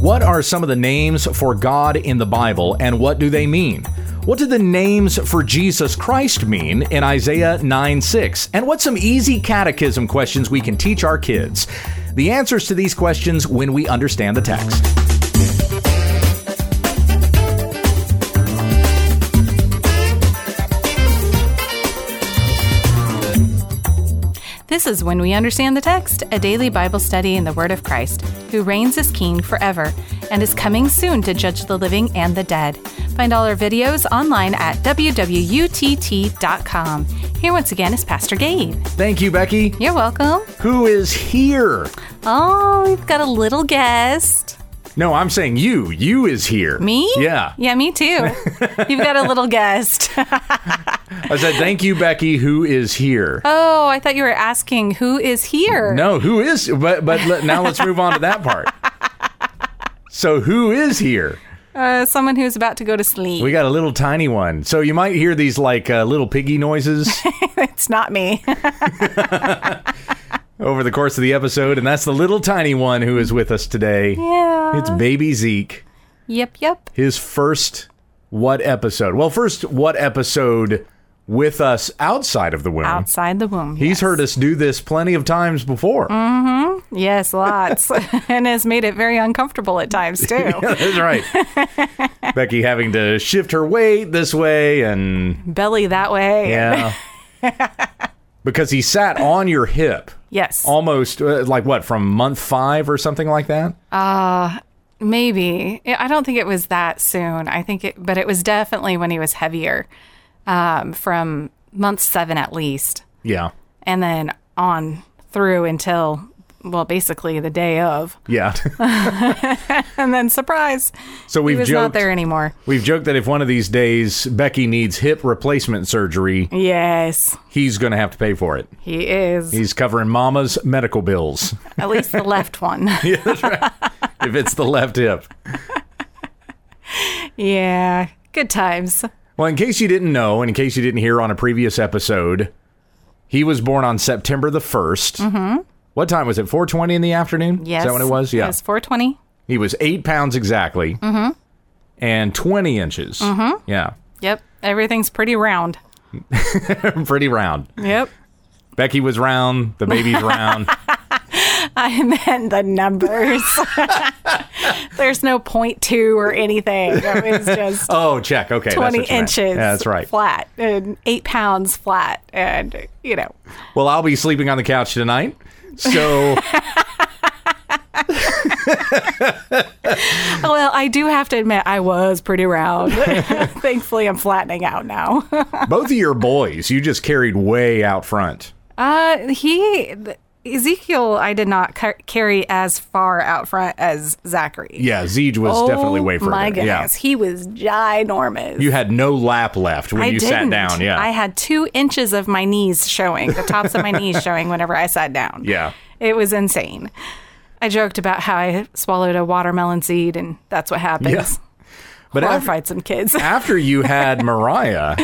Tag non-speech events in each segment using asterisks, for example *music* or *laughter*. What are some of the names for God in the Bible and what do they mean? What do the names for Jesus Christ mean in Isaiah 9 6? And what's some easy catechism questions we can teach our kids? The answers to these questions when we understand the text. This is When We Understand the Text, a daily Bible study in the Word of Christ, who reigns as King forever and is coming soon to judge the living and the dead. Find all our videos online at www.utt.com. Here once again is Pastor Gabe. Thank you, Becky. You're welcome. Who is here? Oh, we've got a little guest. No, I'm saying you. You is here. Me? Yeah. Yeah, me too. You've got a *laughs* little guest. I said, thank you, Becky. Who is here? Oh, I thought you were asking who is here. No, who is? But but let, now let's move on to that part. So who is here? Uh, someone who's about to go to sleep. We got a little tiny one. So you might hear these like uh, little piggy *laughs* noises it's not me. over the course of the episode, and that's the little tiny one who is with us today. yeah. It's baby Zeke. *laughs* Yep, yep. His first what episode? Well, first what episode with us outside of the womb? Outside the womb. He's yes. Mm. heard us do this plenty of times before. *laughs* Yes, lots. and has made it very uncomfortable at times, too. That's right. *laughs* Becky having to shift her weight this way and Belly that way. *laughs* yeah. because he sat on your hip Yes. almost uh, like what from month 5 or something like that. Maybe. I don't think it was that soon. I think it, but it was definitely when he was heavier um, from month seven at least. Yeah. And then on through until, well, basically the day of. Yeah. *laughs* And then surprise, so he we've was not joked there anymore. we've joked that if one of these days Becky needs hip replacement surgery, Yes, he's going to have to pay for it. he is. He's covering mama's medical bills *laughs* at least the left one. if it's the left hip. yeah. Good times. Well, in case you didn't know, and in case you didn't hear on a previous episode, he was born on September the 1st. Mm-hmm. What time was it? 4.20 in the afternoon? Yes. Is that what it was? Yeah. It was 420. He was eight pounds exactly. Mm-hmm. And 20 inches. Mm-hmm. Yeah. *laughs* Yep. Everything's pretty round. Pretty round. Yep. Becky was round. The *laughs* baby's round. I *laughs* meant the numbers. *laughs* There's no point two or anything. It *laughs* was just Oh, check. Okay. that's 20 what you meant. inches. Yeah, that's right. Flat and eight pounds flat. And, you know, Well, I'll be sleeping on the couch tonight. *laughs* So, well, I do have to admit, I was pretty round. *laughs* Thankfully, I'm flattening out now. *laughs* both of your boys, you just carried way out front. Uh, he, Ezekiel, I did not car- carry as far out front as Zachary. Yeah, Zeej was definitely way further. Oh My Yeah. goodness, he was ginormous. You had no lap left when I you sat didn't. down. Yeah. I had two inches of my knees showing, the tops of my *laughs* knees showing whenever I sat down. Yeah. It was insane. I joked about how I swallowed a watermelon seed and that's what happens. But after, Horrified some *laughs* kids. after you had Mariah,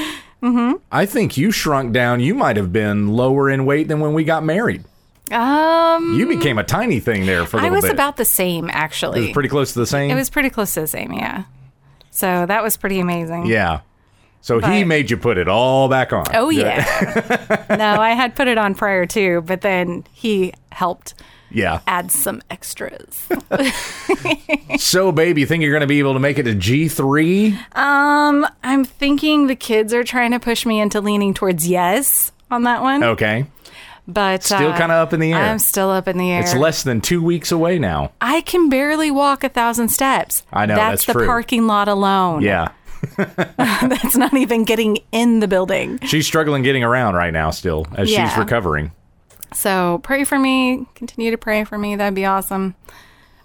Mm-hmm. I think you shrunk down. You might have been lower in weight than when we got married. um, You became a tiny thing there for a *laughs* I little was bit. about the same, it actually. was pretty close to the same. It was pretty close to the same, yeah. So that was pretty amazing. yeah. So he But- made you put it all back on. Oh, yeah. *laughs* no, I had put it on prior too, but then he helped Yeah. *laughs* add some extras. So, babe, you think you're going to be able to make it to G3? Um, I'm thinking the kids are trying to push me into leaning towards yes on that one, Okay. but Oh, uh, Still kind of up in the air. I'm still up in the air. it's less than two weeks away now. I can barely walk a thousand steps. I know, that's that's, the true. parking lot alone. Yeah. *laughs* that's not even getting in the building. She's struggling getting around right now still as she's Yeah. recovering. So pray for me. Continue to pray for me. That'd be awesome.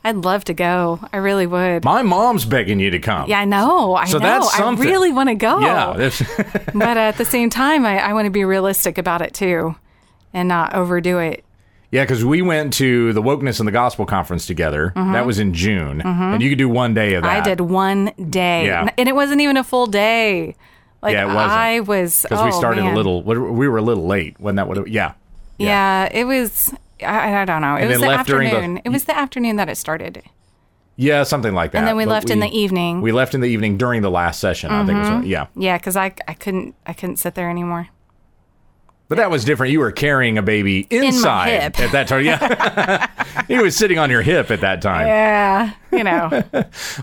I'd love to go. I really would. My mom's begging you to come. yeah, Oh. I know. I So know. that's something. I really want to go. Yeah. That's, *laughs* but at the same time, I, I want to be realistic about it too, and not overdo it. Yeah, because we went to the Wokeness and the Gospel conference together. That was in June, and you could do one day of that. Mm-hmm. I did one day, Yeah. and it wasn't even a full day. Like Yeah, it wasn't. I was because we oh, started man. a little. We were a little late. Wasn't that what? It, yeah, Yeah. it was. I, I don't know. It was then the left during the- afternoon. It was the afternoon that it started. Yeah, something like that. And then we But left in the evening. Mm-hmm. We left in the evening during the last session. I think. it was when- yeah, Yeah, because I, I couldn't I couldn't sit there anymore. but that was different. You were carrying a baby my inside hip. at that time. Yeah, *laughs* he was sitting on your hip at that time. Yeah, *laughs* you know.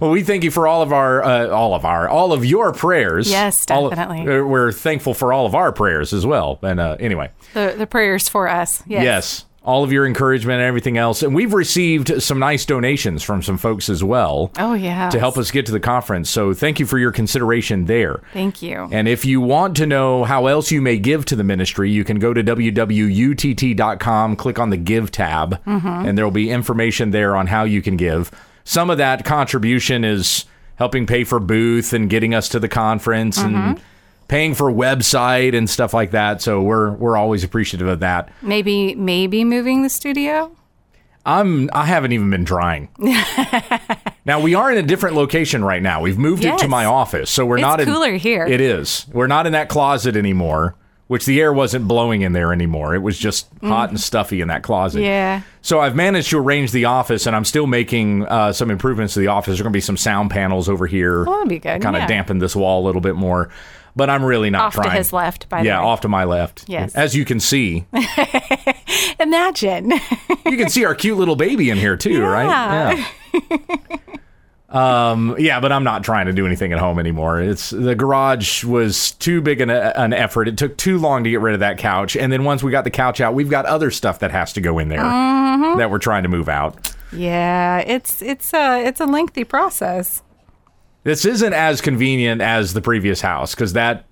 Well, we thank you for all of our, uh, all of our, all of your prayers. Yes, All of- definitely. uh, we're thankful for all of our prayers as well. And uh, anyway, the the prayers for us. Yes. yes. all of your encouragement and everything else. And we've received some nice donations from some folks as well Oh yeah. to help us get to the conference. So thank you for your consideration there. Thank you. And if you want to know how else you may give to the ministry, you can go to www.utt.com, click on the Give tab, Mm-hmm. and there will be information there on how you can give. Some of that contribution is helping pay for booth and getting us to the conference and Mm-hmm. paying for website and stuff like that. So we're we're always appreciative of that. Maybe maybe moving the studio. I'm I haven't even been *laughs* trying. now we are in a different location right now. We've moved it to Yes. my office, so we're It's not in, cooler here. It is. We're not in that closet anymore, which the air wasn't blowing in there anymore. It was just hot and stuffy in that closet. Mm. Yeah. So I've managed to arrange the office, and I'm still making uh, some improvements to the office. There's going to be some sound panels over here. Oh, that'd be good, Kind of yeah. dampen this wall a little bit more, but I'm really not Off to trying. his left, by the yeah, way. off to my left. Yes. As you can see, Imagine. *laughs* you can see our cute little baby in here too, right? Yeah. um, yeah, but I'm not trying to do anything at home anymore. It's the garage was too big an, an effort. It took too long to get rid of that couch, and then once we got the couch out, we've got other stuff that has to go in there that we're trying to move out. yeah, it's it's a it's a lengthy process. This isn't as convenient as the previous house because that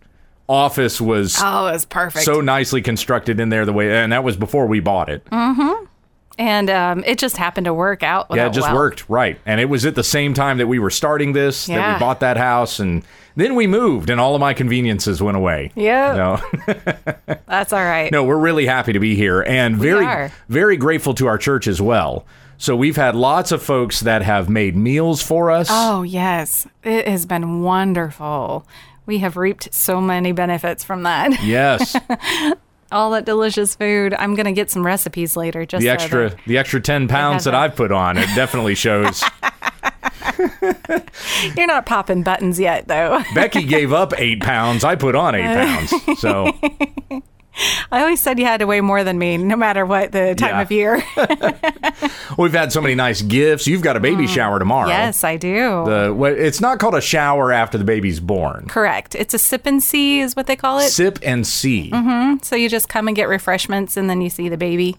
office was Oh, it's perfect. so nicely constructed in there the way, and that was before we bought it. and um, it just happened to work out. Yeah, it that just well. worked, right. And it was at the same time that we were starting this, that Yeah. we bought that house, and then we moved, and all of my conveniences went away. Yeah. No, *laughs* That's all right. no, we're really happy to be here and very, are. very grateful to our church as well. So we've had lots of folks that have made meals for us. Oh yes, it has been wonderful. We have reaped so many benefits from that. *laughs* Yes, All that delicious food. I'm gonna get some recipes later. Just the so extra, that- the extra ten pounds that that. I've put on, it definitely *laughs* shows. You're not popping buttons yet, though. *laughs* Becky gave up eight pounds. I put on eight pounds. So I always said you had to weigh more than me, no matter what the time Yeah. of year. *laughs* we've had so many nice gifts. You've got a baby shower tomorrow. Oh. yes, I do. The, what- it's not called a shower after the baby's born. Correct. It's a sip and see, is what they call it. Sip and see. Mm-hmm. So you just come and get refreshments, and then you see the baby.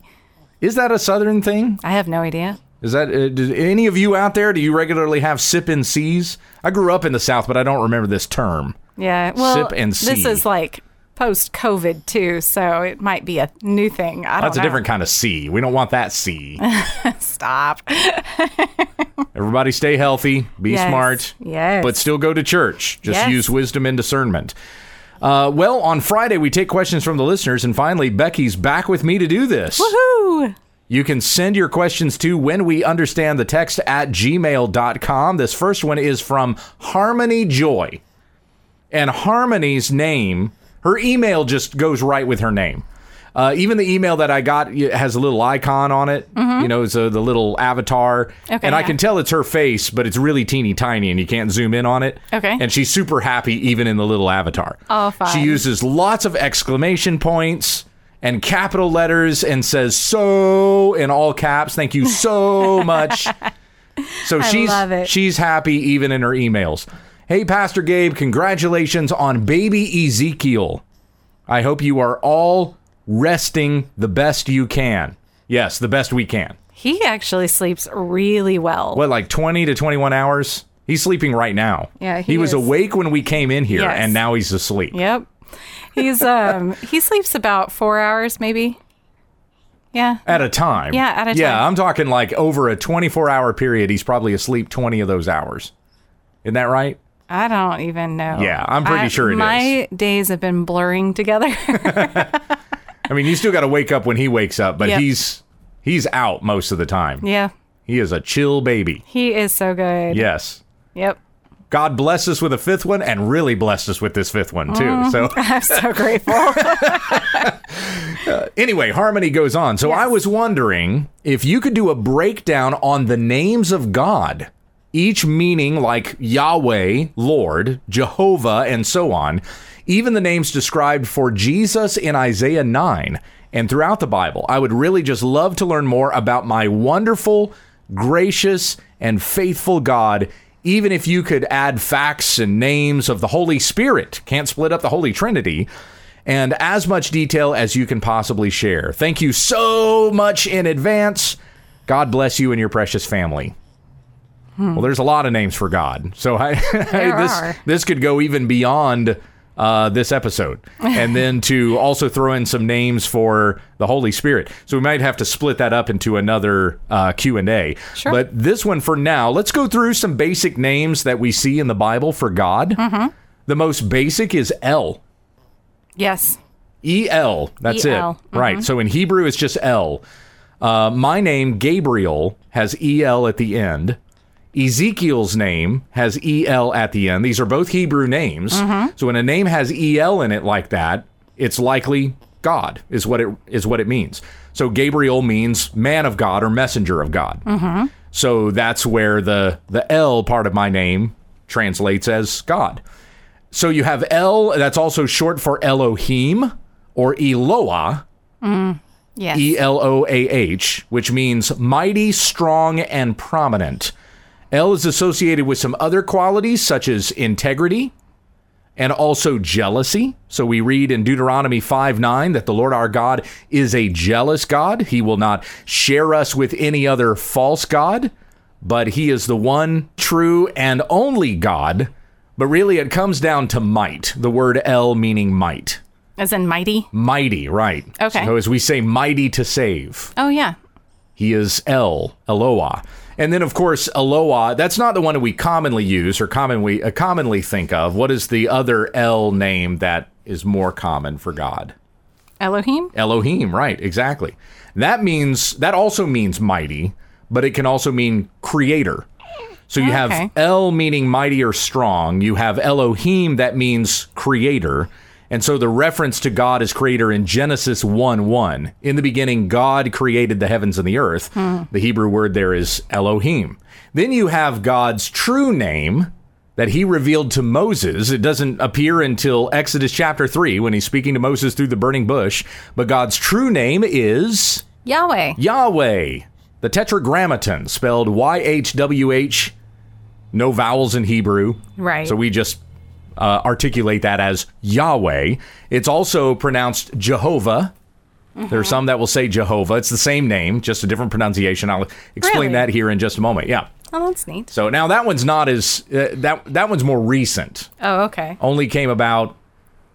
Is that a Southern thing? I have no idea. Is that uh, do any of you out there? Do you regularly have sip and sees? I grew up in the South, but I don't remember this term. Yeah. Well, Sip and this see. is like post COVID too, so it might be a new thing. I don't That's a know. different kind of see. We don't want that *laughs* see. Stop. Everybody stay healthy, be Yes. smart, Yes. but still go to church. Just Yes. use wisdom and discernment. Uh, well, on Friday, we take questions from the listeners, and finally, Becky's back with me to do this. Woo! You can send your questions to when we understand the text at gmail.com. This first one is from Harmony Joy. And Harmony's name, her email just goes right with her name. Uh, even the email that I got y- has a little icon on it. You know, it's a, the little avatar. Mm-hmm. Okay, and I yeah. can tell it's her face, but it's really teeny tiny and you can't zoom in on it. Okay. And she's super happy even in the little avatar. Oh, fine. She uses lots of exclamation points and capital letters and says so in all caps. Thank you *laughs* so much. so she's love it. she's happy even in her emails. Hey Pastor Gabe, congratulations on baby Ezekiel. I hope you are all resting the best you can. Yes, the best we can. He actually sleeps really well. What like 20 to 21 hours? He's sleeping right now. Yeah, he, he was is. awake when we came in here Yes. and now he's asleep. Yep. He's um *laughs* he sleeps about four hours maybe. Yeah. At a time. Yeah, at a Yeah, time. I'm talking like over a 24 hour period, he's probably asleep 20 of those hours. Isn't that right? I don't even know. Yeah, I'm pretty I- sure it is. My days have been blurring together. *laughs* I mean, you still got to wake up when he wakes up, but Yep. he's he's out most of the time. yeah. He is a chill baby. He is so good. Yes. Yep. *laughs* God bless us with a fifth one and really blessed us with this fifth one too. Mm. *laughs* So I'm so grateful. Anyway, Harmony goes on. So I was wondering if you could do a breakdown on the names of God each meaning like Yahweh, Lord, Jehovah, and so on, even the names described for Jesus in Isaiah 9 and throughout the Bible. I would really just love to learn more about my wonderful, gracious, and faithful God. Even if you could add facts and names of the Holy Spirit, can't split up the Holy Trinity, and as much detail as you can possibly share. Thank you so much in advance. God bless you and your precious family. Well, there's a lot of names for God, so I, *laughs* There this are. this could go even beyond uh, this episode, *laughs* and then to also throw in some names for the Holy Spirit. So we might have to split that up into another uh, Q and A. Sure. But this one for now, let's go through some basic names that we see in the Bible for God. Mm-hmm. The most basic is El. Yes. E L. Mm-hmm. That's EL, it. Right. So in Hebrew, it's just L. Uh, my name, Gabriel, has E L at the end. Ezekiel's name has E L at the end. These are both Hebrew names. So when a name has E L in it like that, it's likely God is what it is what it means. So Gabriel means man of God or messenger of God. So that's where the the L part of my name translates as God. So you have El, that's also short for Elohim or Eloah, Yes. E L O A H, which means mighty, strong, and prominent. El is associated with some other qualities such as integrity and also jealousy. So we read in Deuteronomy 5 9 that the Lord our God is a jealous God. He will not share us with any other false God, but he is the one true and only God. But really, it comes down to might, the word El meaning might. As in mighty. Mighty, right. Okay. So as we say, mighty to save. Oh, yeah. He is El, Eloah. And then, of course, Eloah, that's not the one that we commonly use or common we, uh, commonly think of. What is the other El name that is more common for God? Elohim? Elohim, right, exactly. That means, that also means mighty, but it can also mean creator. So you Okay. have El meaning mighty or strong. You have Elohim that means creator. And so the reference to God as creator in Genesis 1 1. In the beginning, God created the heavens and the earth. The Hebrew word there is Elohim. Then you have God's true name that he revealed to Moses. It doesn't appear until Exodus chapter 3 when he's speaking to Moses through the burning bush. But God's true name is. Yahweh. Yahweh, the tetragrammaton, spelled Y H W H, no vowels in Hebrew. Right. So we just uh, articulate that as Yahweh. It's also pronounced Jehovah. Mm-hmm. There are some that will say Jehovah. It's the same name, just a different pronunciation. I'll explain Really? that here in just a moment. Yeah. Oh, that's neat. So now that one's not as uh, that that one's more recent Oh, okay. only came about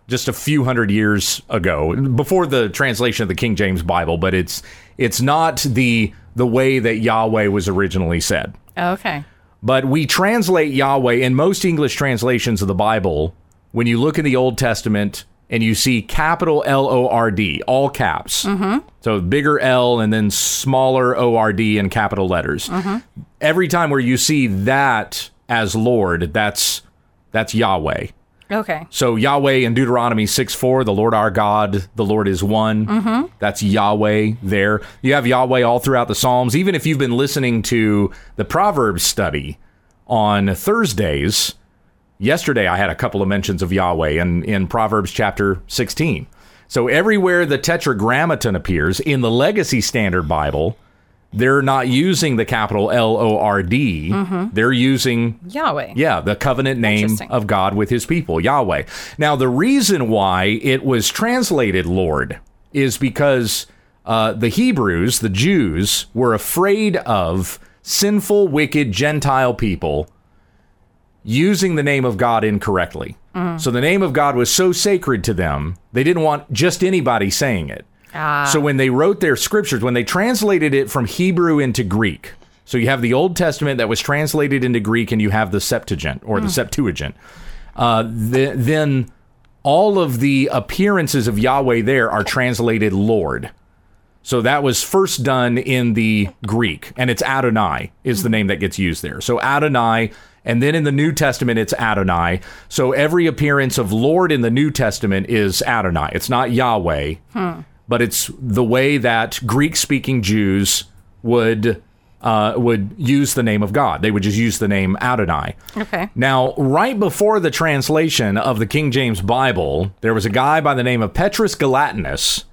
just a few hundred years ago before the translation of the King James Bible but it's it's not the the way that Yahweh was originally said Okay. but we translate Yahweh in most English translations of the Bible when you look in the Old Testament and you see capital L O R D all caps so bigger L and then smaller O R D in capital letters every time where you see that as Lord that's that's Yahweh Okay. so Yahweh in Deuteronomy 6 4, the Lord our God, the Lord is one. Mm-hmm. That's Yahweh there. You have Yahweh all throughout the Psalms. Even if you've been listening to the Proverbs study on Thursdays, yesterday I had a couple of mentions of Yahweh in, in Proverbs chapter 16. So everywhere the tetragrammaton appears in the Legacy Standard Bible, they're not using the capital L O R D. They're using Yahweh. yeah, the covenant name Interesting. of God with his people, Yahweh. Now, the reason why it was translated Lord is because uh, the Hebrews, the Jews, were afraid of sinful, wicked Gentile people using the name of God incorrectly. So the name of God was so sacred to them, they didn't want just anybody saying it. So when they wrote their scriptures, when they translated it from Hebrew into Greek, so you have the Old Testament that was translated into Greek, and you have the Septuagint or the Septuagint. Uh, th- then all of the appearances of Yahweh there are translated Lord. So that was first done in the Greek, and it's Adonai is the name that gets used there. So Adonai, and then in the New Testament, it's Adonai. So every appearance of Lord in the New Testament is Adonai. It's not Yahweh, but it's the way that Greek speaking Jews would uh, would use the name of God. They would just use the name Adonai. Okay. Now, right before the translation of the King James Bible, there was a guy by the name of Petrus Galatinus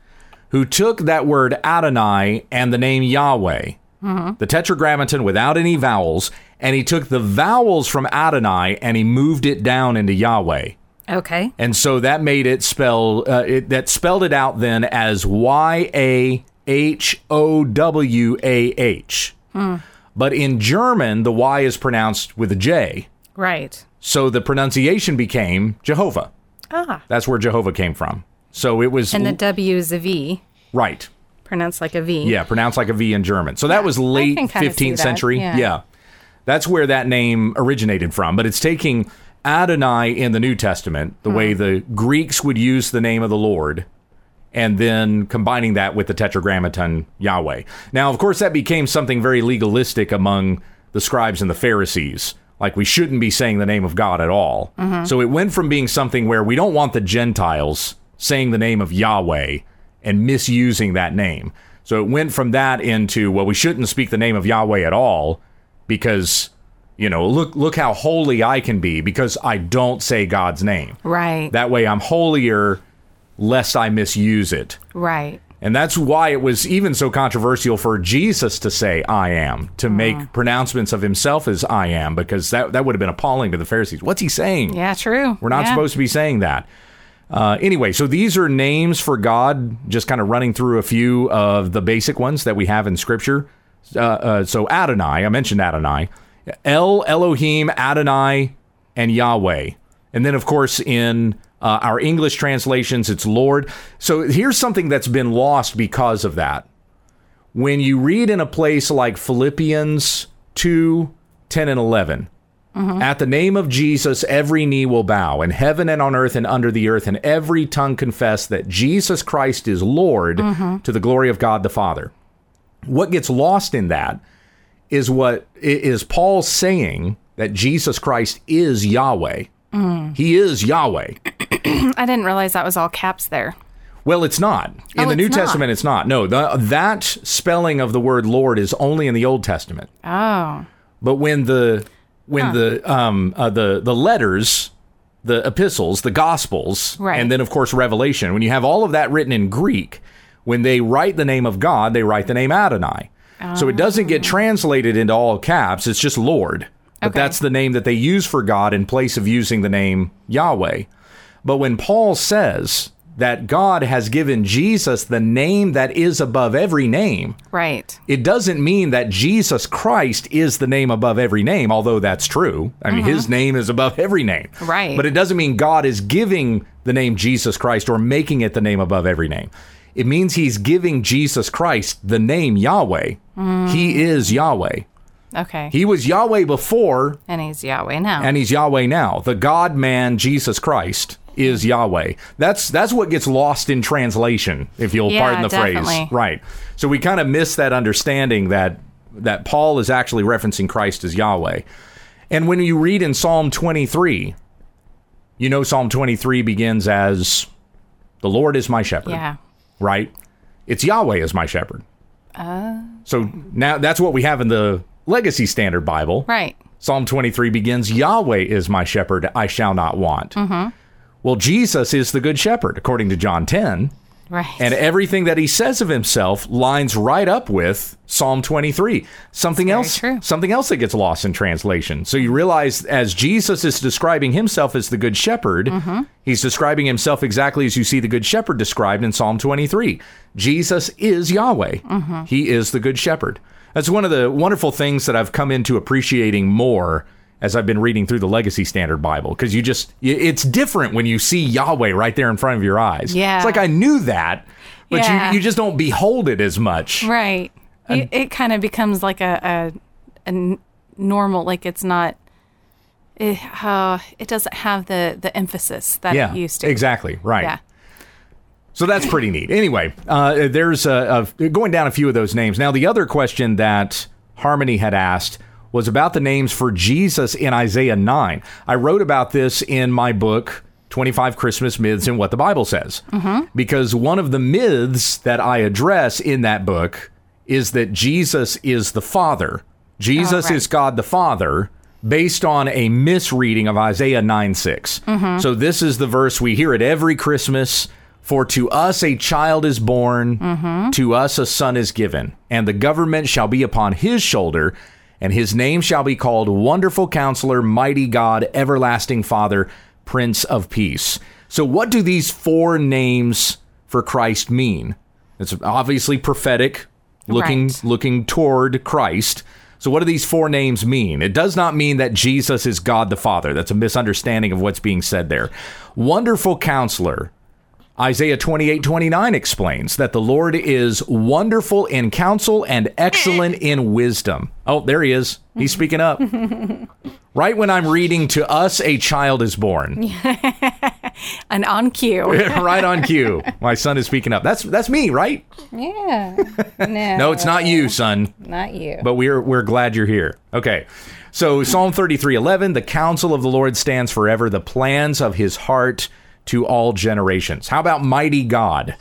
who took that word Adonai and the name Yahweh, the tetragrammaton without any vowels, and he took the vowels from Adonai and he moved it down into Yahweh. Okay. And so that made it spell uh, it, that spelled it out then as Y A H O W A H. Hmm. But in German, the Y is pronounced with a J. Right. So the pronunciation became Jehovah. Ah. That's where Jehovah came from. So it was And the W is a V, right. pronounced like a V. Yeah, pronounced like a V in German. So that was late can kinda see 15th that, century. yeah. That's where that name originated from. But it's taking Adonai in the New Testament, Hmm. the way the Greeks would use the name of the Lord, and then combining that with the tetragrammaton Yahweh. Now, of course, that became something very legalistic among the scribes and the Pharisees. Like, we shouldn't be saying the name of God at all. So it went from being something where we don't want the Gentiles saying the name of Yahweh and misusing that name. So it went from that into, well, we shouldn't speak the name of Yahweh at all because, you know, look, look how holy I can be because I don't say God's name. Right. That way I'm holier lest I misuse it. right. And that's why it was even so controversial for Jesus to say, I am, to make pronouncements of himself as I am, because that, that would have been appalling to the Pharisees. What's he saying? Yeah, true. We're not Yeah. supposed to be saying that. Uh, anyway, so these are names for God, just kind of running through a few of the basic ones that we have in Scripture. Uh, uh, so Adonai, I mentioned Adonai, El Elohim, Adonai, and Yahweh. And then, of course, in uh, our English translations, it's Lord. So here's something that's been lost because of that when you read in a place like Philippians 2 10 and 11, at the name of Jesus, every knee will bow in heaven and on earth and under the earth, and every tongue confess that Jesus Christ is Lord to the glory of God the Father. What gets lost in that is what i- is Paul saying that Jesus Christ is Yahweh. He is Yahweh. I didn't realize that was all caps there. Well, it's not. In Oh, the New it's not. Testament, it's not. No, the, that spelling of the word Lord is only in the Old Testament. Oh. But when the when the um uh, the the letters, the epistles, the gospels, Right. and then of course Revelation, when you have all of that written in Greek, when they write the name of God, they write the name Adonai. So it doesn't get translated into all caps. It's just Lord. But Oh. Okay. that's the name that they use for God in place of using the name Yahweh. But when Paul says that God has given Jesus the name that is above every name, Right. it doesn't mean that Jesus Christ is the name above every name, although that's true. I mean, his name is above every name. Right. But it doesn't mean God is giving the name Jesus Christ or making it the name above every name. It means he's giving Jesus Christ the name Yahweh. He is Yahweh. Okay. He was Yahweh before, and he's Yahweh now. and he's Yahweh now. The God man Jesus Christ is Yahweh. That's that's what gets lost in translation, if you'll Yeah, pardon the definitely. phrase. Right. So we kind of miss that understanding that that Paul is actually referencing Christ as Yahweh. And when you read in Psalm 23, you know Psalm 23 begins as the Lord is my shepherd yeah. right? It's Yahweh is my shepherd. Uh. so now that's what we have in the Legacy Standard Bible. Right. Psalm 23 begins Yahweh is my shepherd, I shall not want. Well, Jesus is the good shepherd, according to John 10. Right. And everything that he says of himself lines right up with Psalm 23. Something else true. something else that gets lost in translation. So you realize as Jesus is describing himself as the good shepherd, Mm-hmm. he's describing himself exactly as you see the good shepherd described in Psalm 23. Jesus is Yahweh. Mm-hmm. He is the good shepherd. That's one of the wonderful things that I've come into appreciating more as I've been reading through the Legacy Standard Bible because you just y- it's different when you see Yahweh right there in front of your eyes. Yeah. It's like I knew that, but Yeah. you, you just don't behold it as much. right. it it kind of becomes like a, a, a n- normal, like it's not, it, uh, it doesn't have the, the emphasis that Yeah. it used to. Exactly. Right. Yeah. So that's pretty neat. Anyway, uh, there's a, a, going down a few of those names. Now, the other question that Harmony had asked was about the names for Jesus in Isaiah 9. I wrote about this in my book, 25 Christmas Myths and What Mm-hmm. the Bible Says, because one of the myths that I address in that book is that Jesus is the Father. Jesus Oh, right. is God the Father based on a misreading of Isaiah 9 6. Mm-hmm. So, this is the verse we hear at every Christmas For to us a child is born, Mm-hmm. to us a son is given, and the government shall be upon his shoulder, and his name shall be called Wonderful Counselor, Mighty God, Everlasting Father, Prince of Peace. So, what do these four names for Christ mean? It's obviously prophetic, looking Right. looking toward Christ. So what do these four names mean? It does not mean that Jesus is God the Father. That's a misunderstanding of what's being said there. Wonderful counselor. Isaiah 28, 29 explains that the Lord is wonderful in counsel and excellent in wisdom. Oh, there he is. He's speaking up. right when I'm reading, to us a child is born. And on cue. *laughs* right on cue. My son is speaking up. That's that's me, right? *laughs* Yeah. No. No, it's not you, son. Not you. but we're we're glad you're here. Okay. So Psalm 33:11, the counsel of the Lord stands forever, the plans of his heart to all generations. How about mighty God?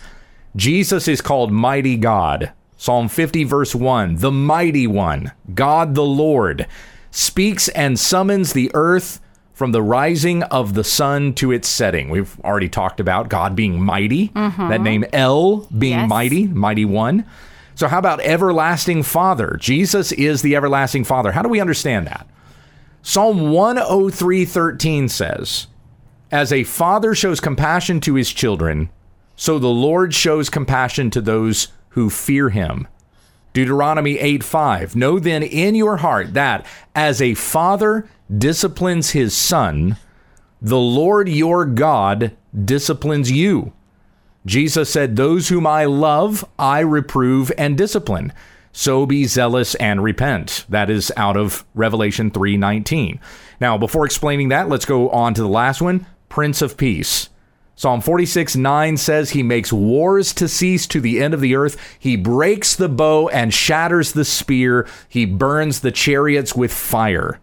Jesus is called mighty God. Psalm 50 verse 1, the mighty one, God the Lord speaks and summons the earth from the rising of the sun to its setting. We've already talked about God being mighty, that name El being Yes. mighty, mighty one. So, how about everlasting Father? Jesus is the everlasting Father. How do we understand that? Psalm 103:13 says, "As a father shows compassion to his children, so the Lord shows compassion to those who fear him." Deuteronomy 8:5, "Know then in your heart that as a father disciplines his son, the Lord your God disciplines you." Jesus said, Those whom I love, I reprove and discipline. So be zealous and repent. That is out of Revelation 3:19. Now, before explaining that, let's go on to the last one, Prince of Peace. Psalm 46, 9 says, He makes wars to cease to the end of the earth. He breaks the bow and shatters the spear. He burns the chariots with fire.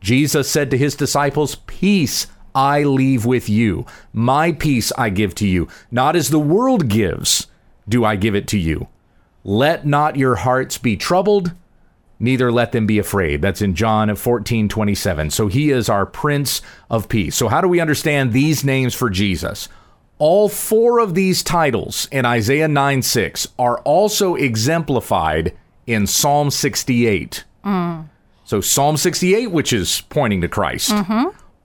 Jesus said to his disciples, Peace I leave with you. My peace I give to you. Not as the world gives, do I give it to you. Let not your hearts be troubled, neither let them be afraid. That's in John 14, 27. So he is our Prince of Peace. So, how do we understand these names for Jesus? All four of these titles in Isaiah 9 6 are also exemplified in Psalm 68. So Psalm 68, which is pointing to Christ.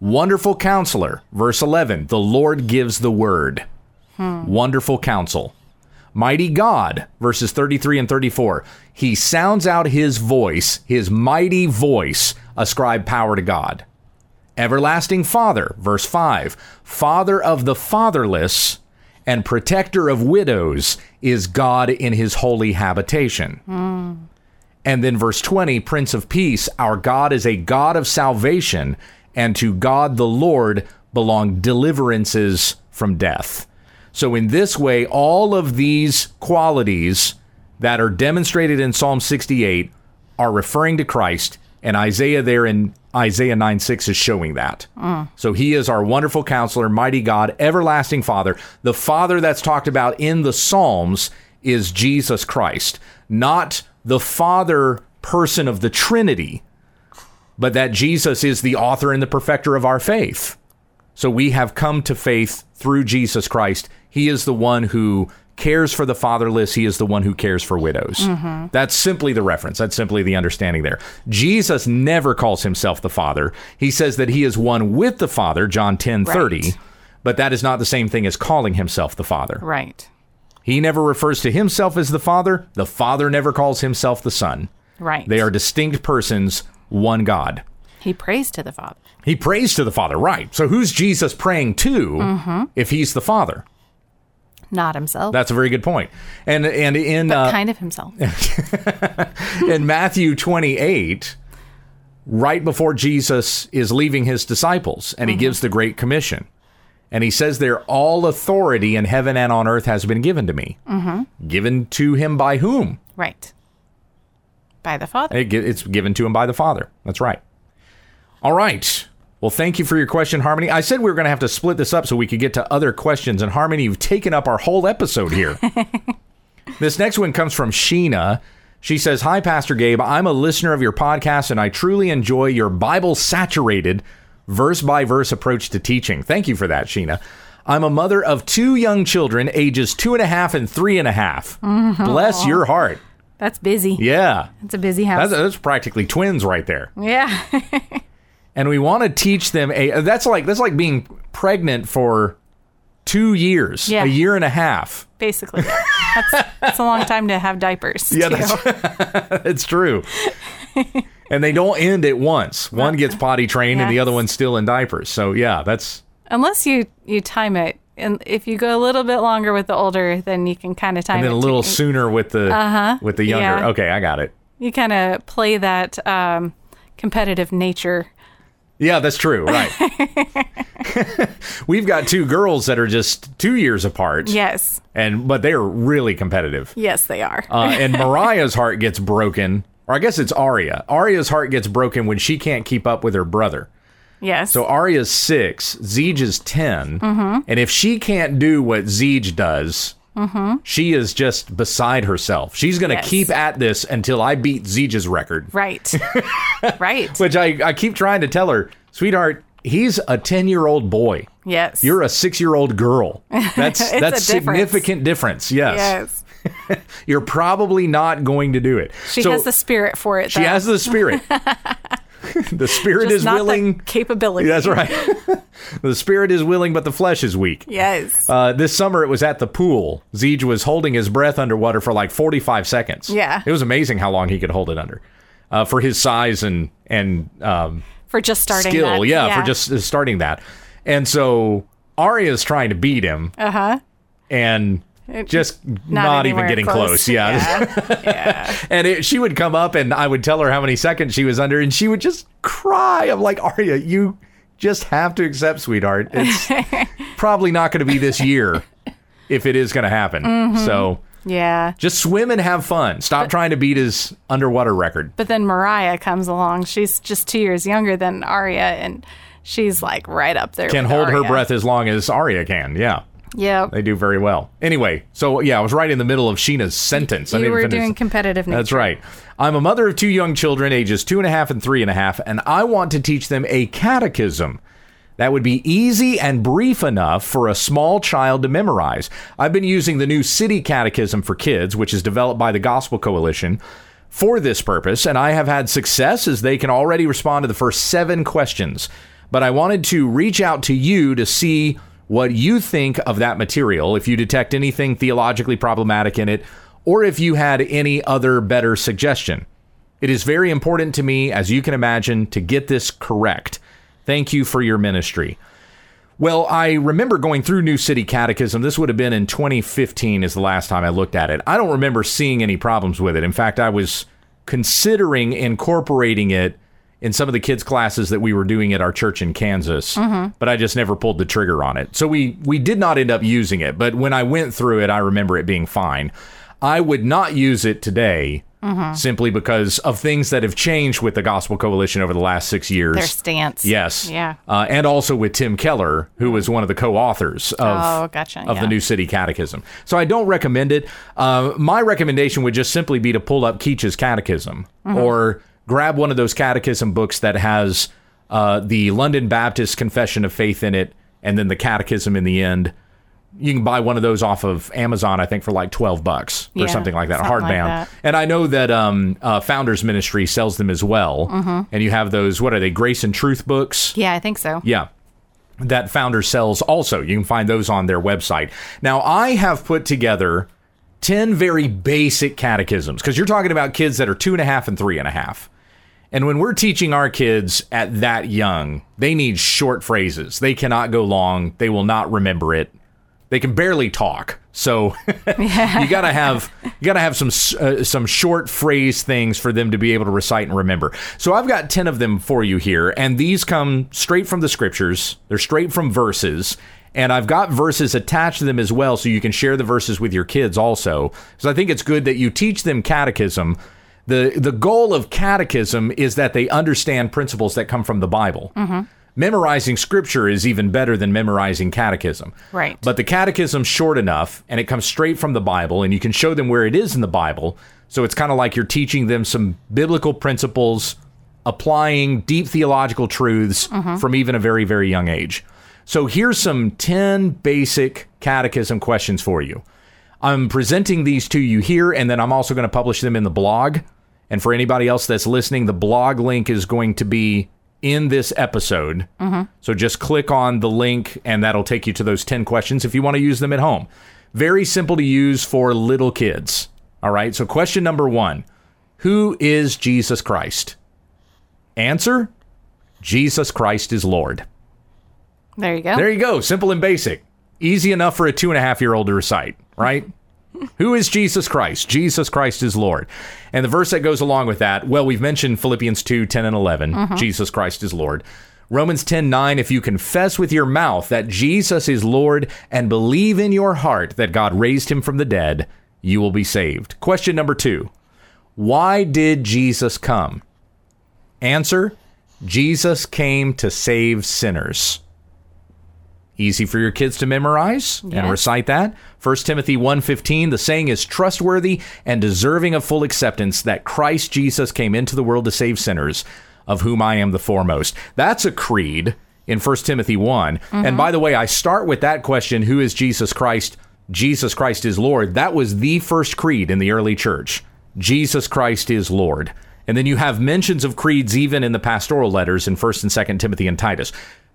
Wonderful counselor, verse 11, the Lord gives the word. Wonderful counsel. Mighty God, verses 33 and 34, he sounds out his voice, his mighty voice, ascribe power to God. Everlasting Father, verse 5, Father of the fatherless and protector of widows is God in his holy habitation. Hmm. And then verse 20, Prince of Peace, our God is a God of salvation, and to God the Lord belong deliverances from death. So, in this way, all of these qualities that are demonstrated in Psalm 68 are referring to Christ, and Isaiah there in Isaiah 9 6 is showing that. So, he is our wonderful counselor, mighty God, everlasting Father. The Father that's talked about in the Psalms is Jesus Christ, not the Father person of the Trinity, but that Jesus is the author and the perfecter of our faith. So we have come to faith through Jesus Christ. He is the one who cares for the fatherless, He is the one who cares for widows. That's simply the reference. That's simply the understanding there. Jesus never calls himself the Father. He says that He is one with the Father, John 10 30. Right. But that is not the same thing as calling himself the Father. Right. He never refers to himself as the Father. The Father never calls himself the Son. Right. They are distinct persons, one God. He prays to the Father. He prays to the Father, right? So who's Jesus praying to if he's the Father? Not himself. That's a very good point. And and in but uh, kind of himself. *laughs* in Matthew 28, right before Jesus is leaving his disciples and he gives the Great Commission. And he says there, all authority in heaven and on earth has been given to me. Given to him by whom? right. By the Father. It, gi- it's given to him by the Father. That's right. All right. Well, thank you for your question, Harmony. I said we were going to have to split this up so we could get to other questions. And Harmony, you've taken up our whole episode here. this next one comes from Sheena. She says, Hi, Pastor Gabe. I'm a listener of your podcast and I truly enjoy your Bible saturated, verse by verse approach to teaching. Thank you for that, Sheena. I'm a mother of two young children, ages two and a half and three and a half. Bless your heart. That's busy. Yeah. It's a busy house. That's, that's practically twins right there. yeah. *laughs* And we want to teach them a that's like that's like being pregnant for two years, Yeah. a year and a half. Basically. That's, that's a long time to have diapers. Yeah, too. that's *laughs* it's true. and they don't end at once. One gets potty trained and the other Uh, Yes. one's still in diapers. So yeah, that's Unless you, you time it. And if you go a little bit longer with the older, then you can kind of time and then it. a to- little sooner with the with the younger. Yeah. Okay, I got it. you kind of play that um, competitive nature. Yeah, that's true. *laughs* Right. *laughs* We've got two girls that are just two years apart. Yes. And but they're really competitive. Yes, they are. Uh, and Mariah's heart gets broken, or I guess it's Aria. Aria's heart gets broken when she can't keep up with her brother. yes. So Aria's six, Zeej is 10. Mm-hmm. And if she can't do what Zeej does, she is just beside herself. She's going to Mm-hmm. Yes. keep at this until I beat Zeej's record, right. *laughs* right. which I, I keep trying to tell her, sweetheart, he's a 10 year old boy. Yes. You're a six year old *laughs* girl. That's It's that's a difference. significant difference. Yes. Yes. You're probably not going to do it. She So- has the spirit for it. She though. has the *laughs* spirit. the spirit Just is not the willing. capability. That's right. *laughs* the spirit is willing, but the flesh is weak. Yes. Uh, this summer, it was at the pool. Zeej was holding his breath underwater for like 45 seconds. Yeah. It was amazing how long he could hold it under uh, for his size and, and um, for just starting. skill. that. Yeah, for just uh, starting that. And so Arya's trying to beat him. Uh huh. And just not, even Uh-huh. anywhere getting close. yeah. *laughs* Yeah. yeah. And it, she would come up and I would tell her how many seconds she was under, and she would just cry. I'm like, Aria, you just have to accept, sweetheart. It's *laughs* probably not going to be this year if it is going to happen. Mm-hmm. So Yeah. just swim and have fun. Stop trying to beat his underwater record. But then Mariah comes along. She's just two years younger than Aria, and she's like right up there. Can with hold her Arya. breath as long as Aria can. Yeah, Yeah. they do very well. Anyway, so yeah, I was right in the middle of Sheena's sentence. I You didn't were finish- doing competitive. That's right. I'm a mother of two young children, ages two and a half and three and a half, and I want to teach them a catechism that would be easy and brief enough for a small child to memorize. I've been using the new City Catechism for Kids, which is developed by the Gospel Coalition. For this purpose, and I have had success as they can already respond to the first seven questions. But I wanted to reach out to you to see what you think of that material, if you detect anything theologically problematic in it, or if you had any other better suggestion. It is very important to me, as you can imagine, to get this correct. Thank you for your ministry. Well, I remember going through New City Catechism. This would have been in 2015 is the last time I looked at it. I don't remember seeing any problems with it. In fact, I was considering incorporating it in some of the kids classes that we were doing at our church in Kansas, but I just never pulled the trigger on it. So we we did not end up using it, but when I went through it, I remember it being fine. I would not use it today simply because of things that have changed with the Gospel Coalition over the last 6 years. Their stance. Yes. Yeah. Uh, and also with Tim Keller, who was one of the co-authors of Oh, gotcha, of the yeah. New City Catechism. So I don't recommend it. Uh, my recommendation would just simply be to pull up Keach's Catechism Mm-hmm. or grab one of those catechism books that has uh, the London Baptist Confession of Faith in it, and then the Catechism in the end. You can buy one of those off of Amazon, I think, for like twelve bucks or Yeah, something like that, something like hardbound. that. And I know that um, uh, Founders Ministry sells them as well. Mm-hmm. And you have those, what are they, Grace and Truth books? Yeah, I think so. Yeah. That founder sells also. You can find those on their website. Now, I have put together 10 very basic catechisms because you're talking about kids that are two and a half and three and a half. And when we're teaching our kids at that young, they need short phrases. They cannot go long, they will not remember it. They can barely talk. So *laughs* you got to have you got to have some s- uh, some short phrase things for them to be able to recite and remember. So I've got 10 of them for you here and these come straight from the scriptures. They're straight from verses and I've got verses attached to them as well so you can share the verses with your kids also. So I think it's good that you teach them catechism. The the goal of catechism is that they understand principles that come from the Bible. Memorizing scripture is even better than memorizing catechism. Right. But the catechism's short enough and it comes straight from the Bible, and you can show them where it is in the Bible So it's kind of like you're teaching them some biblical principles, applying deep theological truths from even a very, very young age. So here's some 10 basic catechism questions for you. I'm presenting these to you here, and then I'm also going to publish them in the blog. And for anybody else that's listening, the blog link is going to be in this episode. So just click on the link, and that'll take you to those 10 questions if you want to use them at home. Very simple to use for little kids. All right. So, question number one Who is Jesus Christ? Answer Jesus Christ is Lord. There you go. There you go. Simple and basic. Easy enough for a two and a half year old to recite, right? Who is Jesus Christ? Jesus Christ is Lord. And the verse that goes along with that, well, we've mentioned Philippians 2 10 and 11. Jesus Christ is Lord. Romans 10 9, if you confess with your mouth that Jesus is Lord and believe in your heart that God raised him from the dead, you will be saved. Question number two Why did Jesus come? Answer Jesus came to save sinners easy for your kids to memorize and Yes. recite that 1 timothy 1.15 the saying is trustworthy and deserving of full acceptance that christ jesus came into the world to save sinners of whom i am the foremost that's a creed in 1 timothy one and by the way i start with that question who is jesus christ jesus christ is lord that was the first creed in the early church jesus christ is lord and then you have mentions of creeds even in the pastoral letters in 1st and 2nd timothy and titus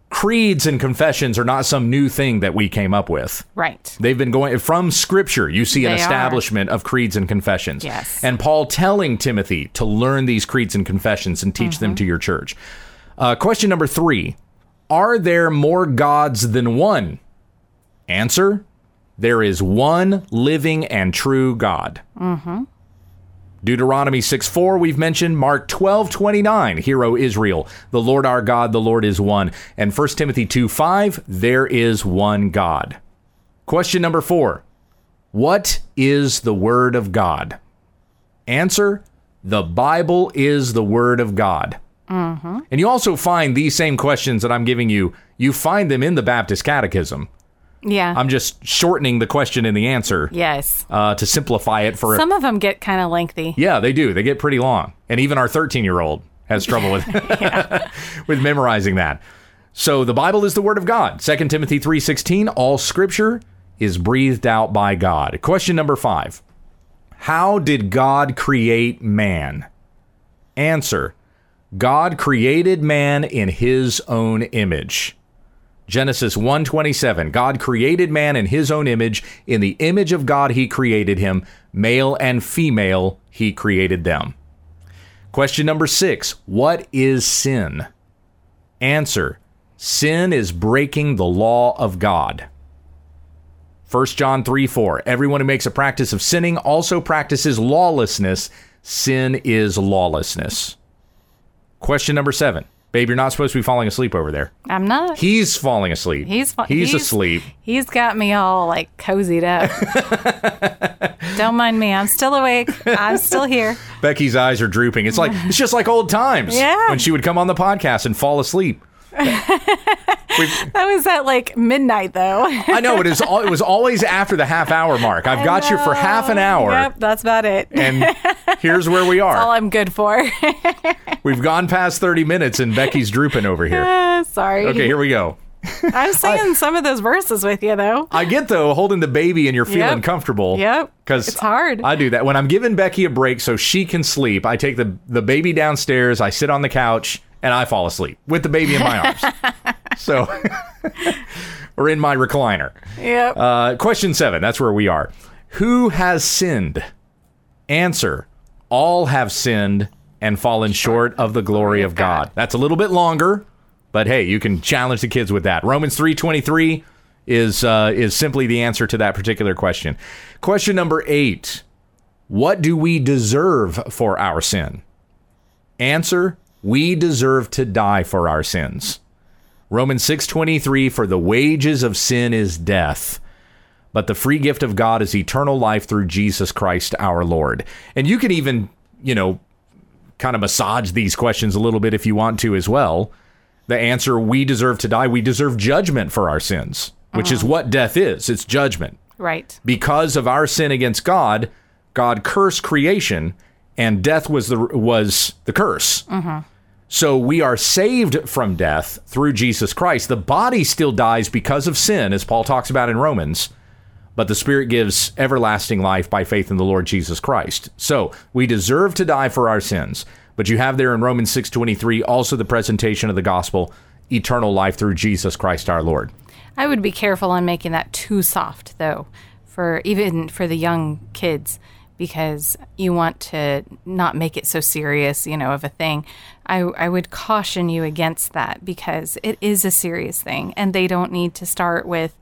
creeds and confessions are not some new thing that we came up with. Right. They've been going from scripture. You see an They are. establishment of creeds and confessions. Yes. And Paul telling Timothy to learn these creeds and confessions and teach them to your church. Uh, question number three Are there more gods than one? Answer There is one living and true God. Deuteronomy 6 4, we've mentioned Mark twelve twenty nine. Hear, O Israel, the Lord our God, the Lord is one. And 1 Timothy 2 5, there is one God. Question number four What is the Word of God? Answer The Bible is the Word of God. And you also find these same questions that I'm giving you, you find them in the Baptist Catechism. Yeah. I'm just shortening the question and the answer yes. uh, to simplify it for Some of them get kind of lengthy. yeah, they do. They get pretty long, and even our 13 year old has trouble with *laughs* with memorizing that. So the Bible is the Word of God. 2 Timothy three sixteen. All Scripture is breathed out by God. Question number five: How did God create man? Answer: God created man in His own image. Genesis 1:27 God created man in his own image in the image of God he created him male and female he created them. Question number 6 What is sin? Answer Sin is breaking the law of God. 1 John 3 4. Everyone who makes a practice of sinning also practices lawlessness. Sin is lawlessness. Question number seven. Babe, you're not supposed to be falling asleep over there. I'm not. He's falling asleep. He's fu- he's, asleep. He's got me all like cozied up. *laughs* Don't mind me. I'm still awake. I'm still here. Becky's eyes are drooping. It's like it's just like old times Yeah. when she would come on the podcast and fall asleep. We've- That was at like midnight though. I know it is. All, it was always after the half hour mark. I've *laughs* got you for half an hour, Yep, that's about it. and here's where we *laughs* all are. I'm good for. *laughs* We've gone past thirty minutes, and Becky's drooping over here. Sorry. Okay, here we go. I'm singing some of those verses with you though. *laughs* I get though holding the baby and you're feeling Yep. comfortable. Yep. Because It's hard. I do that when I'm giving Becky a break so she can sleep. I take the the baby downstairs. I sit on the couch and I fall asleep with the baby *laughs* in my arms. So, *laughs* or in my recliner. Yep. Uh, question seven. That's where we are. Who has sinned? Answer: All have sinned and fallen short of the glory of God. That's a little bit longer, but hey, you can challenge the kids with that. Romans three twenty three is uh, is simply the answer to that particular question. Question number eight: What do we deserve for our sin? Answer: We deserve to die for our sins. Romans 6:23 for the wages of sin is death but the free gift of God is eternal life through Jesus Christ our Lord. And you can even, you know, kind of massage these questions a little bit if you want to as well. The answer we deserve to die, we deserve judgment for our sins, which is what death is it's judgment. right. Because of our sin against God, God cursed creation, and death was the was the curse. So we are saved from death through Jesus Christ. The body still dies because of sin, as Paul talks about in Romans, but the Spirit gives everlasting life by faith in the Lord Jesus Christ. So we deserve to die for our sins. But you have there in Romans 6:23 also the presentation of the gospel, eternal life through Jesus Christ our Lord. I would be careful on making that too soft, though, for even for the young kids, because you want to not make it so serious, you know, of a thing. I, I would caution you against that because it is a serious thing, and they don't need to start with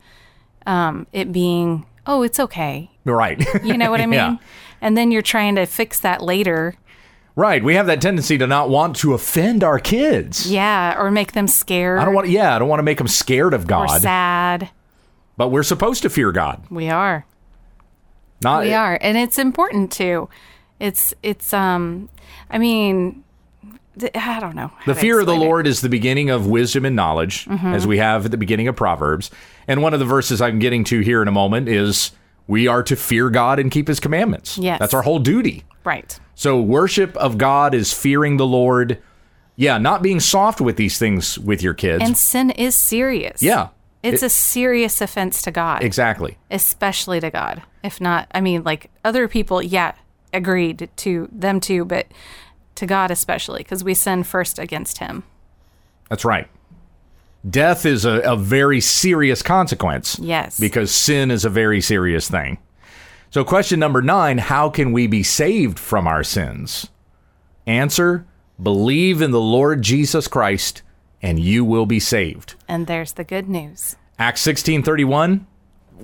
um, it being, oh, it's okay. Right. *laughs* You know what I mean? Yeah. And then you're trying to fix that later. Right. We have that tendency to not want to offend our kids. Yeah, or make them scared I don't want. Yeah, I don't want to make them scared of or God. sad. But we're supposed to fear God. We are. Not. we are and it's important to it's it's um i mean th- i don't know how The to fear of the explain it. Lord is the beginning of wisdom and knowledge, Mm-hmm. as we have at the beginning of Proverbs. And one of the verses I'm getting to here in a moment is we are to fear God and keep his commandments. Yes. That's our whole duty. right So, worship of God is fearing the Lord. Yeah, not being soft with these things with your kids. and sin is serious yeah, it's a serious offense to god exactly. especially to god if not i mean like other people yeah agreed to them too but to god especially because we sin first against him That's right. Death is a, a very serious consequence. Yes. Because sin is a very serious thing. So, question number nine how can we be saved from our sins? Answer believe in the Lord Jesus Christ, and you will be saved. and there's the good news Acts 16:31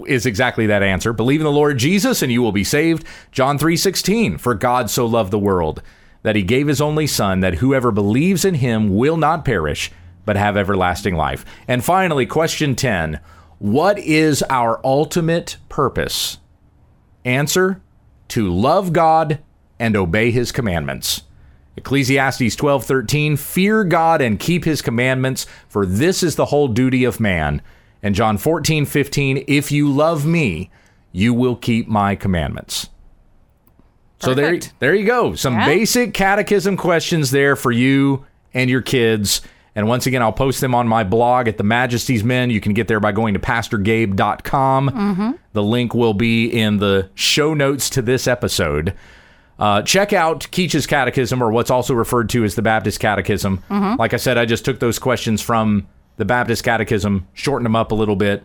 is exactly that answer. Believe in the Lord Jesus and you will be saved. John 3:16 For God so loved the world that he gave his only son that whoever believes in him will not perish but have everlasting life. And finally question 10, what is our ultimate purpose? Answer: to love God and obey his commandments. Ecclesiastes 12:13 Fear God and keep his commandments for this is the whole duty of man. And John 14:15 If you love me you will keep my commandments. So there Perfect. there you go. Some Yeah. basic catechism questions there for you and your kids. And once again, I'll post them on my blog at the Majesty's Men. You can get there by going to pastorgabe.com. The link will be in the show notes to this episode. Uh, check out Keach's Catechism, or what's also referred to as the Baptist Catechism. Like I said, I just took those questions from the Baptist Catechism, shortened them up a little bit,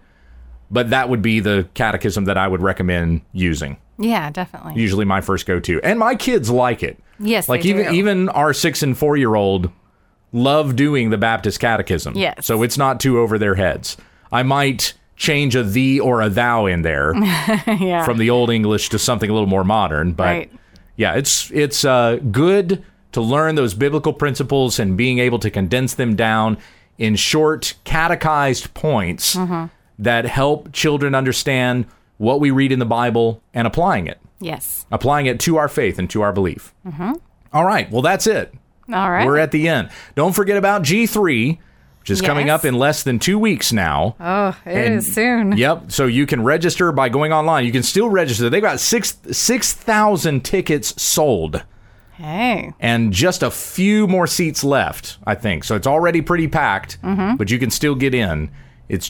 but that would be the catechism that I would recommend using. yeah definitely Usually, my first go-to, and my kids like it. yes like they even do. even our six and four year old love doing the Baptist Catechism. Yes. so it's not too over their heads. I might change a thee or a thou in *laughs* there yeah from the old English to something a little more modern. But Right. yeah, it's it's uh, good to learn those biblical principles and being able to condense them down in short, catechized points Mm-hmm. that help children understand what we read in the Bible and applying it, yes applying it to our faith and to our belief. All right, well that's it. all Mm-hmm. right We're at the end. Don't forget about G three, which is coming Yes. up in less than two weeks now. oh it is and- soon Yep. So you can register by going online. You can still register. They've got six six thousand tickets sold, hey and just a few more seats left, I think. So it's already pretty packed, but you can still get in. It's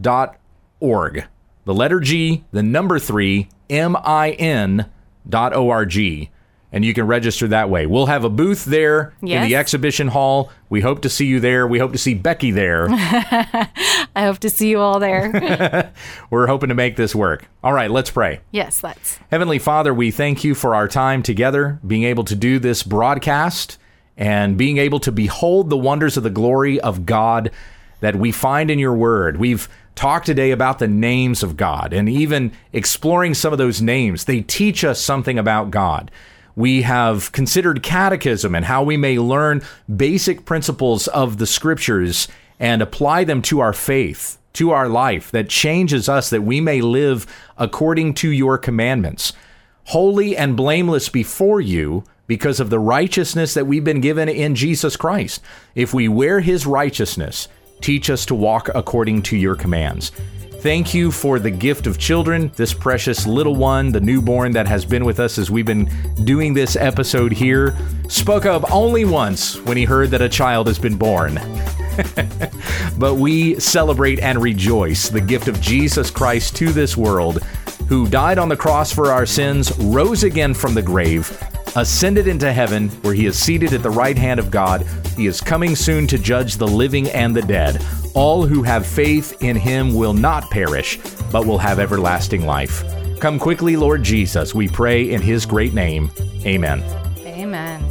g3min.org. The letter G, the number three, M I N dot O R G. And you can register that way. We'll have a booth there in Yes. the exhibition hall. We hope to see you there. We hope to see Becky there. I hope to see you all there. We're hoping to make this work. All right, let's pray. *laughs* yes, let's. Heavenly Father, we thank you for our time together, being able to do this broadcast and being able to behold the wonders of the glory of God that we find in your word. We've talked today about the names of God and even exploring some of those names. They teach us something about God. We have considered catechism and how we may learn basic principles of the scriptures and apply them to our faith to our life that changes us that we may live according to your commandments, holy and blameless before you because of the righteousness that we've been given in Jesus Christ. If we wear his righteousness, teach us to walk according to your commands. Thank you for the gift of children, this precious little one, the newborn that has been with us as we've been doing this episode here. Spoke of only once when he heard that a child has been born. but we celebrate and rejoice the gift of Jesus Christ to this world, who died on the cross for our sins, rose again from the grave, ascended into heaven, where he is seated at the right hand of God. He is coming soon to judge the living and the dead. All who have faith in him will not perish, but will have everlasting life. Come quickly, Lord Jesus, we pray in his great name. Amen. Amen.